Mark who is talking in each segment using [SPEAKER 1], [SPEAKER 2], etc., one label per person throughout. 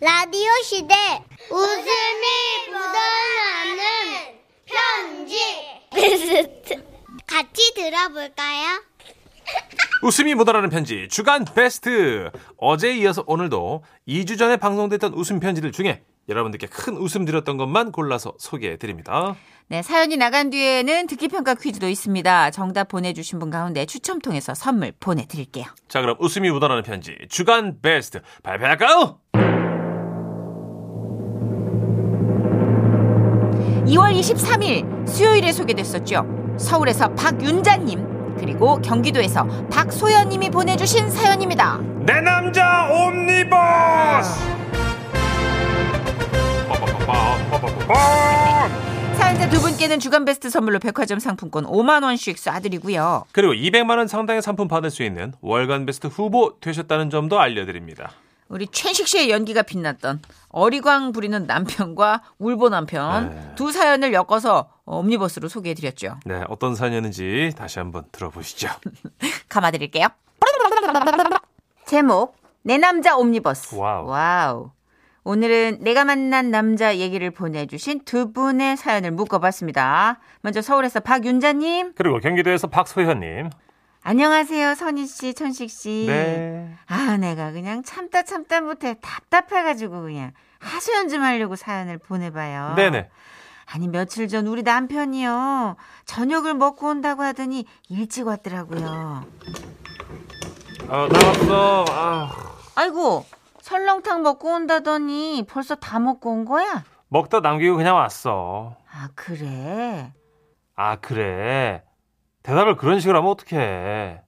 [SPEAKER 1] 라디오 시대 웃음이 묻어나는 편지 베스트 같이 들어볼까요?
[SPEAKER 2] 웃음이 묻어나는 편지 주간 베스트 어제에 이어서 오늘도 2주 전에 방송됐던 웃음 편지들 중에 여러분들께 큰 웃음 드렸던 것만 골라서 소개해 드립니다.
[SPEAKER 3] 네, 사연이 나간 뒤에는 듣기평가 퀴즈도 있습니다. 정답 보내주신 분 가운데 추첨 통해서 선물 보내드릴게요.
[SPEAKER 2] 자 그럼 웃음이 묻어나는 편지 주간 베스트 발표할까요?
[SPEAKER 3] 2월 23일 수요일에 소개됐었죠. 서울에서 박윤자님 그리고 경기도에서 박소연님이 보내주신 사연입니다.
[SPEAKER 2] 내 남자 옴니버스 빠바바밤.
[SPEAKER 3] 사연자 두 분께는 주간 베스트 선물로 백화점 상품권 5만 원씩 쏴드리고요.
[SPEAKER 2] 그리고 200만 원 상당의 상품 받을 수 있는 월간 베스트 후보 되셨다는 점도 알려드립니다.
[SPEAKER 3] 우리 최식 씨의 연기가 빛났던 어리광 부리는 남편과 울보 남편 두 사연을 엮어서 옴니버스로 소개해드렸죠.
[SPEAKER 2] 네, 어떤 사연이었는지 다시 한번 들어보시죠.
[SPEAKER 3] 감아드릴게요. 제목 내 남자 옴니버스.
[SPEAKER 2] 와우.
[SPEAKER 3] 와우. 오늘은 내가 만난 남자 얘기를 보내주신 두 분의 사연을 묶어봤습니다. 먼저 서울에서 박윤자님.
[SPEAKER 2] 그리고 경기도에서 박소현님.
[SPEAKER 3] 안녕하세요, 선희 씨, 천식 씨.
[SPEAKER 2] 네.
[SPEAKER 3] 아, 내가 그냥 참다 참다 못해 답답해가지고 그냥 하소연 좀 하려고 사연을 보내봐요.
[SPEAKER 2] 아. 네네.
[SPEAKER 3] 아니 며칠 전 우리 남편이요 저녁을 먹고 온다고 하더니 일찍 왔더라고요.
[SPEAKER 2] 아, 나왔어. 아,
[SPEAKER 3] 아이고 설렁탕 먹고 온다더니 벌써 다 먹고 온 거야?
[SPEAKER 2] 먹다 남기고 그냥 왔어.
[SPEAKER 3] 아 그래?
[SPEAKER 2] 아, 그래. 대답을 그런 식으로 하면 어떡해.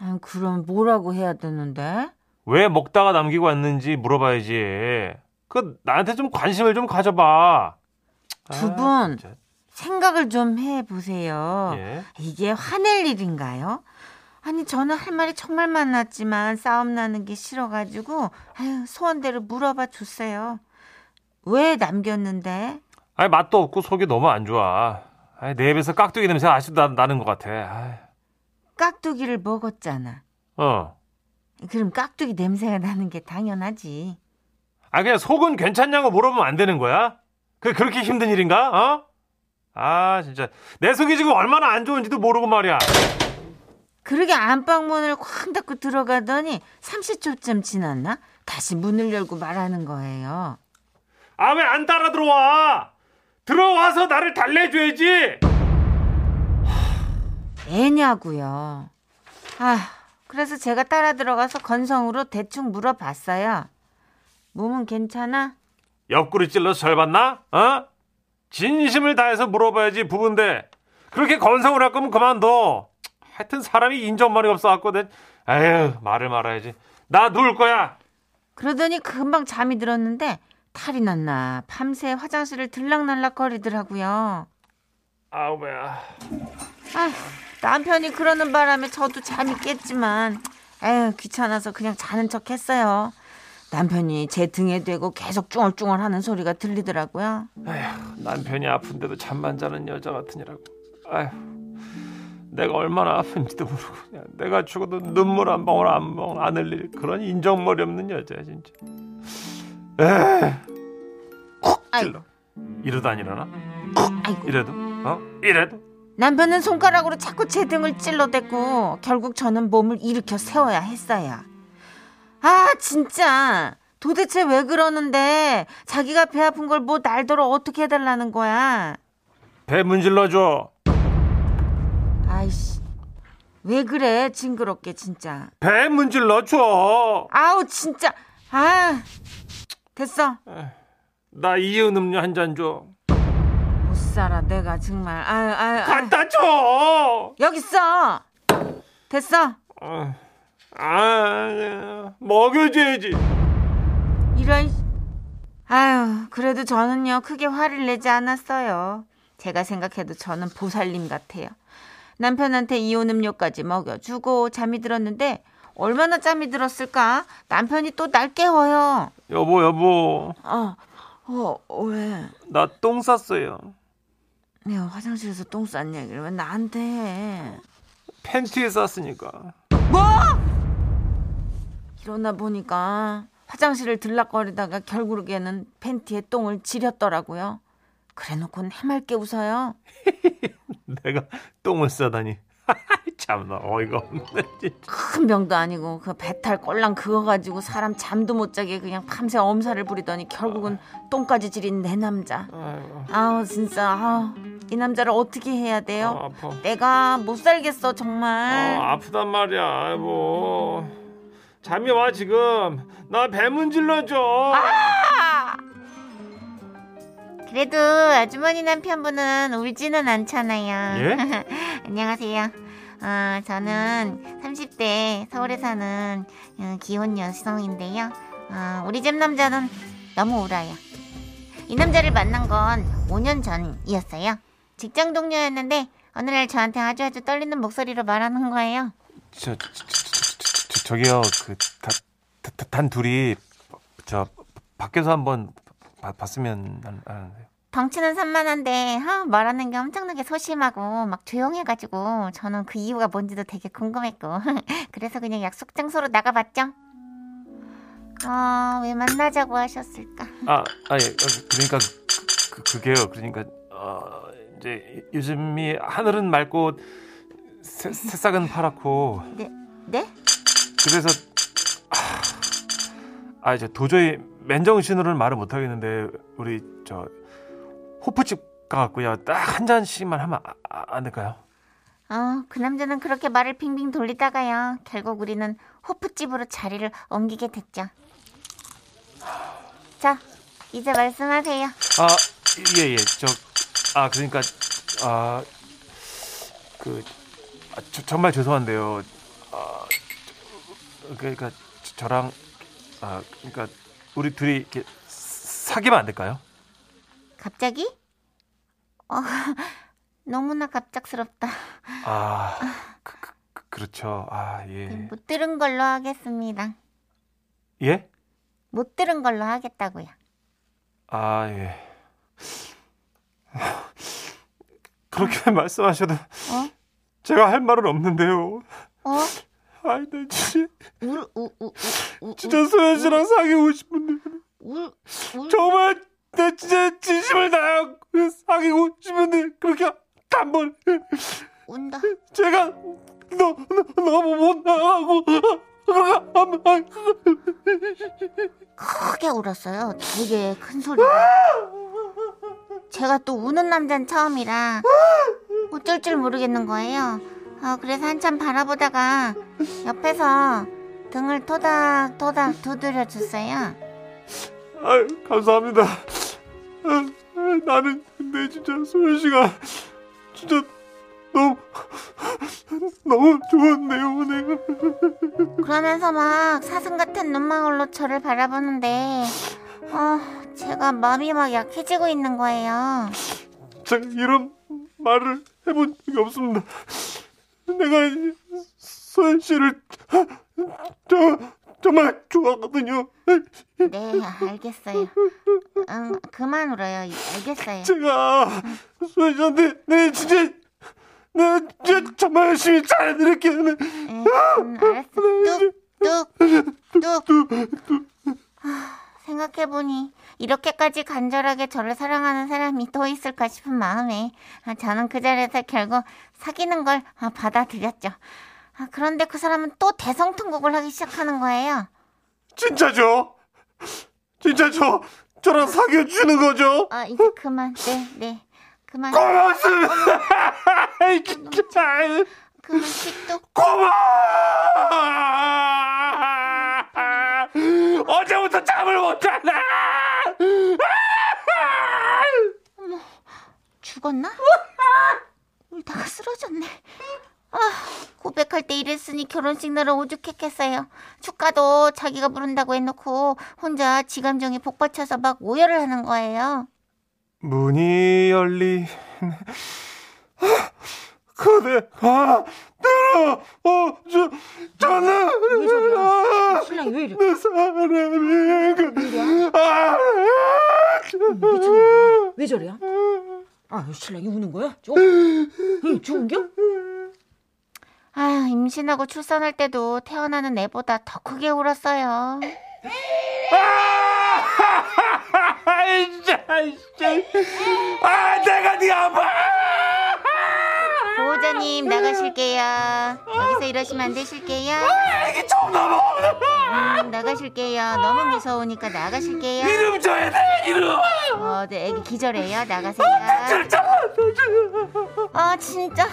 [SPEAKER 3] 아, 그럼 뭐라고 해야 되는데?
[SPEAKER 2] 왜 먹다가 남기고 왔는지 물어봐야지. 그, 나한테 좀 관심을 좀 가져봐.
[SPEAKER 3] 두
[SPEAKER 2] 아,
[SPEAKER 3] 분.
[SPEAKER 2] 진짜.
[SPEAKER 3] 생각을 좀 해보세요.
[SPEAKER 2] 예.
[SPEAKER 3] 이게 화낼 일인가요? 아니 저는 할 말이 정말 많았지만 싸움 나는 게 싫어가지고 아유, 소원대로 물어봐 주세요. 왜 남겼는데?
[SPEAKER 2] 아니, 맛도 없고 속이 너무 안 좋아. 아니, 내 입에서 깍두기 냄새가 아직도 나, 나는 것 같아. 아이,
[SPEAKER 3] 깍두기를 먹었잖아.
[SPEAKER 2] 어.
[SPEAKER 3] 그럼 깍두기 냄새가 나는 게 당연하지.
[SPEAKER 2] 아 그냥 속은 괜찮냐고 물어보면 안 되는 거야? 그 그렇게 힘든 일인가? 어? 아 진짜 내 속이 지금 얼마나 안 좋은지도 모르고 말이야.
[SPEAKER 3] 그러게 안방 문을 쾅 닫고 들어가더니 30초쯤 지났나? 다시 문을 열고 말하는 거예요.
[SPEAKER 2] 아 왜 안 따라 들어와? 들어와서 나를 달래줘야지.
[SPEAKER 3] 애냐고요. 아, 그래서 제가 따라 들어가서 건성으로 대충 물어봤어요. 몸은 괜찮아?
[SPEAKER 2] 옆구리 찔러서 절 받나? 어? 진심을 다해서 물어봐야지 부부인데 그렇게 건성을 할 거면 그만둬. 하여튼 사람이 인정만이 없어갖고 내 에휴 말을 말아야지. 나 누울 거야.
[SPEAKER 3] 그러더니 금방 잠이 들었는데 탈이 났나 밤새 화장실을 들락날락 거리더라고요.
[SPEAKER 2] 아우 뭐야.
[SPEAKER 3] 아휴, 남편이 그러는 바람에 저도 잠이 깼지만 에휴 귀찮아서 그냥 자는 척 했어요. 남편이 제 등에 대고 계속 쭈얼쭈얼 하는 소리가 들리더라고요.
[SPEAKER 2] 에휴, 남편이 아픈데도 잠만 자는 여자 같으니라고. 아휴, 내가 얼마나 아픈지도 모르고 그냥 내가 죽어도 눈물 한 방울 안, 방울 안 흘릴 그런 인정머리 없는 여자야 진짜. 에이, 콕
[SPEAKER 3] 아이.
[SPEAKER 2] 찔러. 이러다 안 일어나?
[SPEAKER 3] 아이고.
[SPEAKER 2] 이래도? 어? 이래도?
[SPEAKER 3] 남편은 손가락으로 자꾸 제 등을 찔러대고 결국 저는 몸을 일으켜 세워야 했어요. 아 진짜 도대체 왜 그러는데 자기가 배 아픈 걸 뭐 날더러 어떻게 해달라는 거야.
[SPEAKER 2] 배 문질러 줘.
[SPEAKER 3] 아이씨 왜 그래 징그럽게 진짜.
[SPEAKER 2] 배 문질러 줘.
[SPEAKER 3] 아우 진짜 아 됐어
[SPEAKER 2] 나 이은 음료 한 잔 줘.
[SPEAKER 3] 못 살아 내가 정말 아유 아유, 아유.
[SPEAKER 2] 갖다 줘.
[SPEAKER 3] 여기 있어 됐어
[SPEAKER 2] 아, 아, 먹여줘야지.
[SPEAKER 3] 이런 씨. 아유 그래도 저는요 크게 화를 내지 않았어요 제가 생각해도 저는 보살님 같아요 남편한테 이온 음료까지 먹여주고 잠이 들었는데 얼마나 잠이 들었을까 남편이 또 날 깨워요 어,
[SPEAKER 2] 여보, 여보,
[SPEAKER 3] 어어왜
[SPEAKER 2] 나 똥 쌌어요.
[SPEAKER 3] 내가 화장실에서 똥 싼 얘기를 왜 나한테 해
[SPEAKER 2] 팬티에 쌌으니까
[SPEAKER 3] 이러나 뭐? 보니까 화장실을 들락거리다가 결국에는 팬티에 똥을 지렸더라고요. 그래놓고는 해맑게 웃어요.
[SPEAKER 2] 내가 똥을 싸다니. 참나 어이가 없네 진짜.
[SPEAKER 3] 큰 병도 아니고 그 배탈 꼴랑 그거 가지고 사람 잠도 못 자게 그냥 밤새 엄살을 부리더니 결국은 똥까지 지린 내 남자.
[SPEAKER 2] 아이고.
[SPEAKER 3] 아우 진짜 아우 이 남자를 어떻게 해야
[SPEAKER 2] 아,
[SPEAKER 3] 돼요?
[SPEAKER 2] 아파.
[SPEAKER 3] 내가 못 살겠어
[SPEAKER 2] 아,
[SPEAKER 3] 정말.
[SPEAKER 2] 아프단 말이야. 아이고. 잠이 와 지금. 나 배문질러 줘.
[SPEAKER 3] 그래도 아주머니 남편분은 울지는 않잖아요.
[SPEAKER 2] 예?
[SPEAKER 3] 안녕하세요. 아, 저는 30대 서울에 사는 어, 기혼 여성인데요. 아, 우리 집 남자는 너무 울어요. 이 남자를 만난 건 5년 전이었어요. 직장 동료였는데 어느 날 저한테 아주 아주 떨리는 목소리로 말하는 거예요.
[SPEAKER 2] 저, 저, 저, 저, 저, 저기요 그, 그단 둘이 저 밖에서 한번 봐- 봤으면 하- 하는데요.
[SPEAKER 3] 덩치는 산만한데 아, 말하는 게 엄청나게 소심하고 막 조용해가지고 저는 그 이유가 뭔지도 되게 궁금했고 그래서 그냥 약속 장소로 나가봤죠. 아, 왜 만나자고 하셨을까?
[SPEAKER 2] 아, 아니 그러니까 그, 그, 그게요. 그러니까 어, 이제 요즘이 하늘은 맑고 새, 새싹은 파랗고
[SPEAKER 3] 네, 네?
[SPEAKER 2] 그래서 아, 아 이제 도저히 맨정신으로는 말을 못 하겠는데 우리 저 호프집 가갖고요 딱 한 잔씩만 하면 아- 아- 안 될까요?
[SPEAKER 3] 어, 그 남자는 그렇게 말을 빙빙 돌리다가요. 결국 우리는 호프집으로 자리를 옮기게 됐죠. 자, 이제 말씀하세요.
[SPEAKER 2] 아, 예, 예. 저, 아, 그러니까, 아, 그, 아, 저, 정말 죄송한데요. 아, 저, 그러니까, 저- 저랑, 아, 그러니까, 우리 둘이 이렇게 사귀면 안 될까요?
[SPEAKER 3] 갑자기? 어, 너무나 갑작스럽다.
[SPEAKER 2] 아, 그, 그, 그- 그렇죠. 아, 예.
[SPEAKER 3] 못 들은 걸로 하겠습니다.
[SPEAKER 2] 예?
[SPEAKER 3] 못 들은 걸로 하겠다고요.
[SPEAKER 2] 아, 예. 그렇게 말씀하셔도
[SPEAKER 3] 어?
[SPEAKER 2] 제가 할 말은 없는데요.
[SPEAKER 3] 어?
[SPEAKER 2] 아이, 나 진짜,
[SPEAKER 3] 울, 우, 우, 우, 우,
[SPEAKER 2] 진짜 소연 씨랑 사귀고 싶은데.
[SPEAKER 3] 울, 울.
[SPEAKER 2] 정말 내 진짜 진심을 다해 사귀고 싶은데 그렇게 단번
[SPEAKER 3] 운다.
[SPEAKER 2] 제가 너, 너, 너무 못나가고
[SPEAKER 3] 크게 울었어요. 되게 큰 소리로. 제가 또 우는 남자는 처음이라 어쩔 줄 모르겠는 거예요. 어, 그래서 한참 바라보다가 옆에서 등을 토닥토닥 두드려 줬어요.
[SPEAKER 2] 아유 감사합니다 아, 아, 나는 근데 진짜 소연씨가 진짜 너무 너무 좋은데요 오늘
[SPEAKER 3] 그러면서 막 사슴 같은 눈망울로 저를 바라보는데 어, 제가 마음이 막 약해지고 있는 거예요.
[SPEAKER 2] 제가 이런 말을 해본 적이 없습니다 내가 이 소연씨를 저, 정말 좋아하거든요
[SPEAKER 3] 네, 알겠어요. 응, 그만 울어요. 알겠어요.
[SPEAKER 2] 제가 소연씨한테 내 진짜 내 진짜 정말 열심히 잘해드릴게요 네.
[SPEAKER 3] 응, 응, 예, 음, 알았어. 뚝, 뚝, 뚝. 아, 생각해보니 이렇게까지 간절하게 저를 사랑하는 사람이 또 있을까 싶은 마음에 아, 저는 그 자리에서 결국 사귀는 걸 아, 받아들였죠. 아, 그런데 그 사람은 또 대성통곡을 하기 시작하는 거예요.
[SPEAKER 2] 진짜죠? 진짜 저 저랑 사귀어 주는 거죠?
[SPEAKER 3] 아, 이제 그만. 네, 네. 그만,
[SPEAKER 2] 고맙습니다 아이, 진짜 아이,
[SPEAKER 3] 그만, 틱톡.
[SPEAKER 2] 고마워 어제부터 잠을 못 자나
[SPEAKER 3] 죽었나? 울다가 쓰러졌네. 아, 고백할 때 이랬으니 결혼식 날은 오죽했겠어요. 축가도 자기가 부른다고 해놓고 혼자 지감정에 복받쳐서 막 오열을 하는 거예요.
[SPEAKER 2] 문이 열리 그대가 들어오죠 저는
[SPEAKER 3] 신랑 왜 이래?
[SPEAKER 2] 내 사람이 그 아,
[SPEAKER 4] 왜 저래요? 아, 신랑이 우는 거야? 저, 응, 좋은겨?
[SPEAKER 3] 아휴, 임신하고 출산할 때도 태어나는 애보다 더 크게 울었어요.
[SPEAKER 5] 아, 네
[SPEAKER 3] 나가실게요. 여기서 이러시면 안 되실게요.
[SPEAKER 5] 아, 이게 좀 넘어.
[SPEAKER 3] 음, 나가실게요. 너무 무서우니까 나가실게요.
[SPEAKER 5] 이름 줘야 돼 이름.
[SPEAKER 3] 어, 네, 애기 기절해요. 나가세요. 아, 진짜.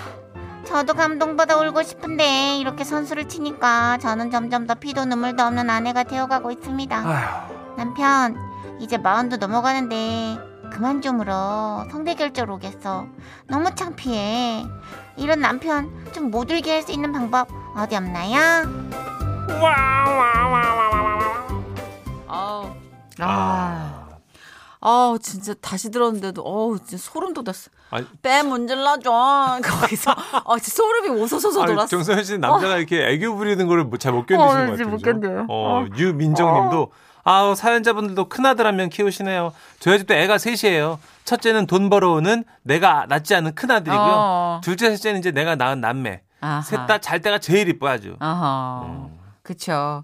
[SPEAKER 3] 저도 감동받아 울고 싶은데 이렇게 선수를 치니까 저는 점점 더 피도 눈물도 없는 아내가 되어가고 있습니다.
[SPEAKER 5] 아휴,
[SPEAKER 3] 남편, 이제 마흔도 넘어가는데 그만 좀 울어. 성대결절 오겠어. 너무 창피해. 이런 남편 좀 못 울게 할 수 있는 방법 어디 없나요?
[SPEAKER 4] 아우. 아. 아우 진짜 다시 들었는데도 어우 진짜 소름 돋았어.
[SPEAKER 2] 아니.
[SPEAKER 4] 뺨 문질러 줘 거기서 어 진짜 소름이 오소소소
[SPEAKER 2] 아,
[SPEAKER 4] 돌았어. 어, 네,
[SPEAKER 2] 정선 씨 남자가 이렇게 애교 부리는 거를 뭐 잘 못 견디시는 것 같아요. 못 견뎌요. 어, 유민정님도 아 사연자분들도 큰 아들 한 명 키우시네요. 저희 집도 애가 셋이에요. 첫째는 돈 벌어오는 내가 낳지 않은 큰 아들이고요.
[SPEAKER 4] 어.
[SPEAKER 2] 둘째 셋째는 이제 내가 낳은 남매.
[SPEAKER 4] 아하.
[SPEAKER 2] 셋 다 잘 때가 제일 이뻐 아주.
[SPEAKER 4] 아하.
[SPEAKER 2] 음.
[SPEAKER 4] 그쵸.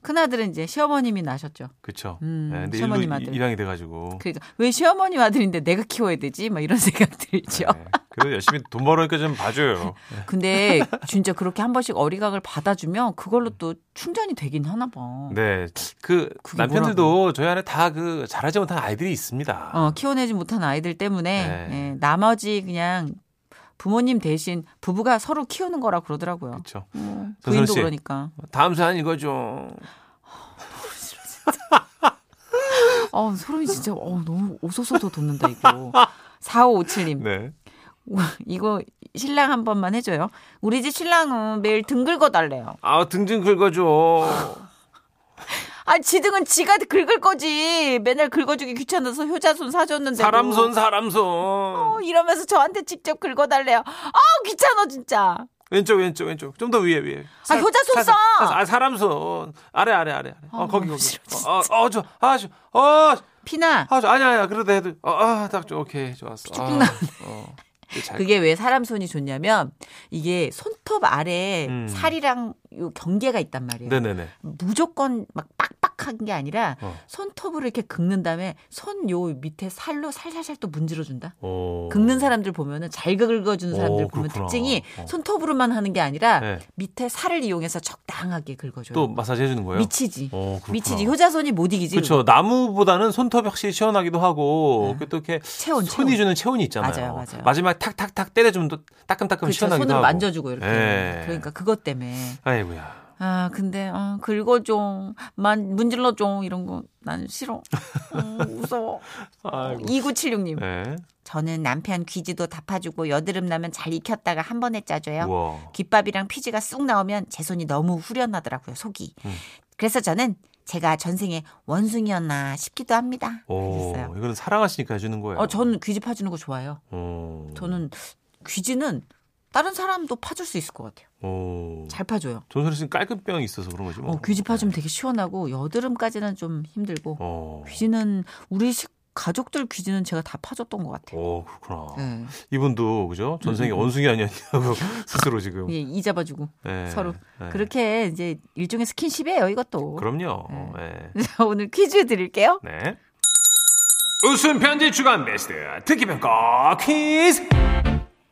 [SPEAKER 4] 큰아들은 이제 시어머님이 나셨죠.
[SPEAKER 2] 그렇죠.
[SPEAKER 4] 음,
[SPEAKER 2] 근데 일로
[SPEAKER 4] 시어머님 아들.
[SPEAKER 2] 이- 일양이 돼가지고.
[SPEAKER 4] 그러니까 왜 시어머님 아들인데 내가 키워야 되지? 막 이런 생각 들죠. 어.
[SPEAKER 2] 네. 그래도 열심히 돈 벌으니까 좀 봐줘요.
[SPEAKER 4] 근데 진짜 그렇게 한 번씩 어리각을 받아주면 그걸로 또 충전이 되긴 하나 봐.
[SPEAKER 2] 네, 그
[SPEAKER 4] 그게
[SPEAKER 2] 남편들도 저희 안에 다 그 잘하지 못한 아이들이 있습니다.
[SPEAKER 4] 어, 키워내지 못한 아이들
[SPEAKER 2] 네.
[SPEAKER 4] 때문에 예, 나머지 그냥 부모님 대신 부부가 서로 키우는 거라 그러더라고요.
[SPEAKER 2] 그렇죠.
[SPEAKER 4] 음,
[SPEAKER 2] 전선
[SPEAKER 4] 부인도
[SPEAKER 2] 씨.
[SPEAKER 4] 그러니까.
[SPEAKER 2] 다음 사연 이거 좀.
[SPEAKER 4] 어, 소름이 진짜 어, 너무 오소소도 돋는다 이거. 4557님.
[SPEAKER 2] 네.
[SPEAKER 4] 이거 신랑 한 번만 해줘요. 우리 집 신랑은 매일 등 긁어달래요.
[SPEAKER 2] 아, 등 좀 긁어줘.
[SPEAKER 4] 아, 지등은 지가 긁을 거지. 맨날 긁어주기 귀찮아서 효자손 사줬는데.
[SPEAKER 2] 사람
[SPEAKER 4] 네, 뭐.
[SPEAKER 2] 손, 사람 손.
[SPEAKER 4] 이러면서 저한테 직접 긁어달래요. 아, 귀찮아, 진짜.
[SPEAKER 2] 왼쪽, 왼쪽, 왼쪽. 좀 더 위에, 위에.
[SPEAKER 4] 아, 효자 손 써!
[SPEAKER 2] 아, 사람 손. 아래, 아래, 아래. 어,
[SPEAKER 4] 아,
[SPEAKER 2] 거기,
[SPEAKER 4] 너무
[SPEAKER 2] 거기.
[SPEAKER 4] 싫어, 진짜.
[SPEAKER 2] 어, 어, 저, 아, 저, 어,
[SPEAKER 4] 피나,
[SPEAKER 2] 아, 저, 아니, 아니, 그래도 해도. 어, 아, 딱, 좀, 오케이, 좋았어. 아, 어. 잘,
[SPEAKER 4] 그게 왜 사람 손이 좋냐면, 이게 손톱 아래에
[SPEAKER 2] 음.
[SPEAKER 4] 살이랑 요 경계가 있단 말이에요.
[SPEAKER 2] 네네네.
[SPEAKER 4] 무조건 막 빡빡한 게 아니라,
[SPEAKER 2] 어.
[SPEAKER 4] 손톱으로 이렇게 긁는 다음에, 손 요 밑에 살로 살살살 또 문질러준다?
[SPEAKER 2] 오.
[SPEAKER 4] 긁는 사람들 보면은 잘 긁어주는
[SPEAKER 2] 어. 오,
[SPEAKER 4] 사람들 보면
[SPEAKER 2] 그렇구나.
[SPEAKER 4] 특징이
[SPEAKER 2] 어.
[SPEAKER 4] 손톱으로만 하는 게 아니라
[SPEAKER 2] 네.
[SPEAKER 4] 밑에 살을 이용해서 적당하게 긁어줘요.
[SPEAKER 2] 또 마사지 해주는 거예요?
[SPEAKER 4] 미치지.
[SPEAKER 2] 어, 그렇구나.
[SPEAKER 4] 미치지. 효자손이 못 이기지.
[SPEAKER 2] 그렇죠. 나무보다는 손톱이 확실히 시원하기도 하고 그 또 이렇게
[SPEAKER 4] 네. 체온,
[SPEAKER 2] 손이
[SPEAKER 4] 체온.
[SPEAKER 2] 주는 체온이 있잖아요.
[SPEAKER 4] 맞아요, 맞아요.
[SPEAKER 2] 마지막에 탁탁탁 때려주면 또 따끔따끔
[SPEAKER 4] 그렇죠.
[SPEAKER 2] 시원하기도
[SPEAKER 4] 손으로
[SPEAKER 2] 하고.
[SPEAKER 4] 만져주고 이렇게.
[SPEAKER 2] 예.
[SPEAKER 4] 그러니까 그것 때문에.
[SPEAKER 2] 아이고야.
[SPEAKER 4] 아 근데 아, 긁어줘. 만 문질러줘. 이런 거 난 싫어. 음, 무서워.
[SPEAKER 2] 아이고.
[SPEAKER 4] 2976님.
[SPEAKER 2] 네.
[SPEAKER 3] 저는 남편 귀지도 다 파주고 여드름 나면 잘 익혔다가 한 번에
[SPEAKER 4] 네.
[SPEAKER 3] 짜줘요.
[SPEAKER 2] 우와.
[SPEAKER 3] 귓밥이랑 피지가 쑥 나오면 제 손이 너무 후련하더라고요, 속이.
[SPEAKER 2] 음.
[SPEAKER 3] 그래서 저는 제가 전생에 원숭이였나 싶기도 합니다.
[SPEAKER 2] 오,
[SPEAKER 3] 그랬어요.
[SPEAKER 2] 이거는 사랑하시니까 해주는 거예요. 음.
[SPEAKER 4] 어, 저는 귀지 파주는 거 좋아해요.
[SPEAKER 2] 오.
[SPEAKER 4] 저는 귀지는 다른 사람도 파줄 수 있을 것 같아요.
[SPEAKER 2] 오.
[SPEAKER 4] 잘 파줘요.
[SPEAKER 2] 전설이 씨는 깔끔병이 있어서 그런 거지 뭐.
[SPEAKER 4] 어, 귀지 파주면 되게 시원하고 여드름까지는 좀 힘들고
[SPEAKER 2] 어.
[SPEAKER 4] 귀지는 우리 식 가족들 귀지는 제가 다 파줬던 것 같아요.
[SPEAKER 2] 오, 그렇구나.
[SPEAKER 4] 예.
[SPEAKER 2] 이분도 그죠? 전생에 원숭이 아니었냐고 스스로 지금.
[SPEAKER 4] 음, 예, 이 잡아주고
[SPEAKER 2] 예.
[SPEAKER 4] 서로
[SPEAKER 2] 예.
[SPEAKER 4] 그렇게 이제 일종의 스킨십이에요 이것도.
[SPEAKER 2] 그럼요. 예.
[SPEAKER 4] 자, 오늘 퀴즈 드릴게요.
[SPEAKER 2] 네. 웃음 편지 주간 베스트 특기 평가 퀴즈.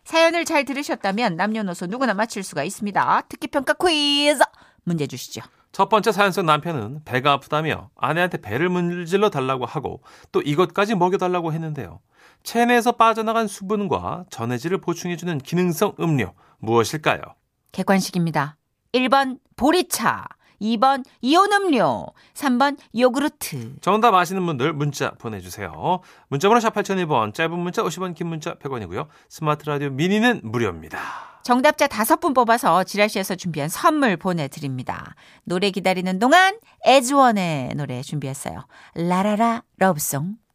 [SPEAKER 4] 사연을 잘 들으셨다면 남녀노소 누구나 맞힐 수가 있습니다. 특기평가 퀴즈 문제 주시죠.
[SPEAKER 2] 첫 번째 사연 속 남편은 배가 아프다며 아내한테 배를 문질러 달라고 하고 또 이것까지 먹여 달라고 했는데요. 체내에서 빠져나간 수분과 전해질을 보충해 주는 기능성 음료 무엇일까요?
[SPEAKER 4] 객관식입니다. 1번 보리차, 2번 이온음료, 3번 요구르트.
[SPEAKER 2] 정답 아시는 분들 문자 보내주세요. 문자번호 샵 8001번, 짧은 문자 50원, 긴 문자 100원이고요. 스마트 라디오 미니는 무료입니다.
[SPEAKER 4] 정답자 5분 뽑아서 지라시에서 준비한 선물 보내드립니다. 노래 기다리는 동안 에즈원의 노래 준비했어요. 라라라 러브송.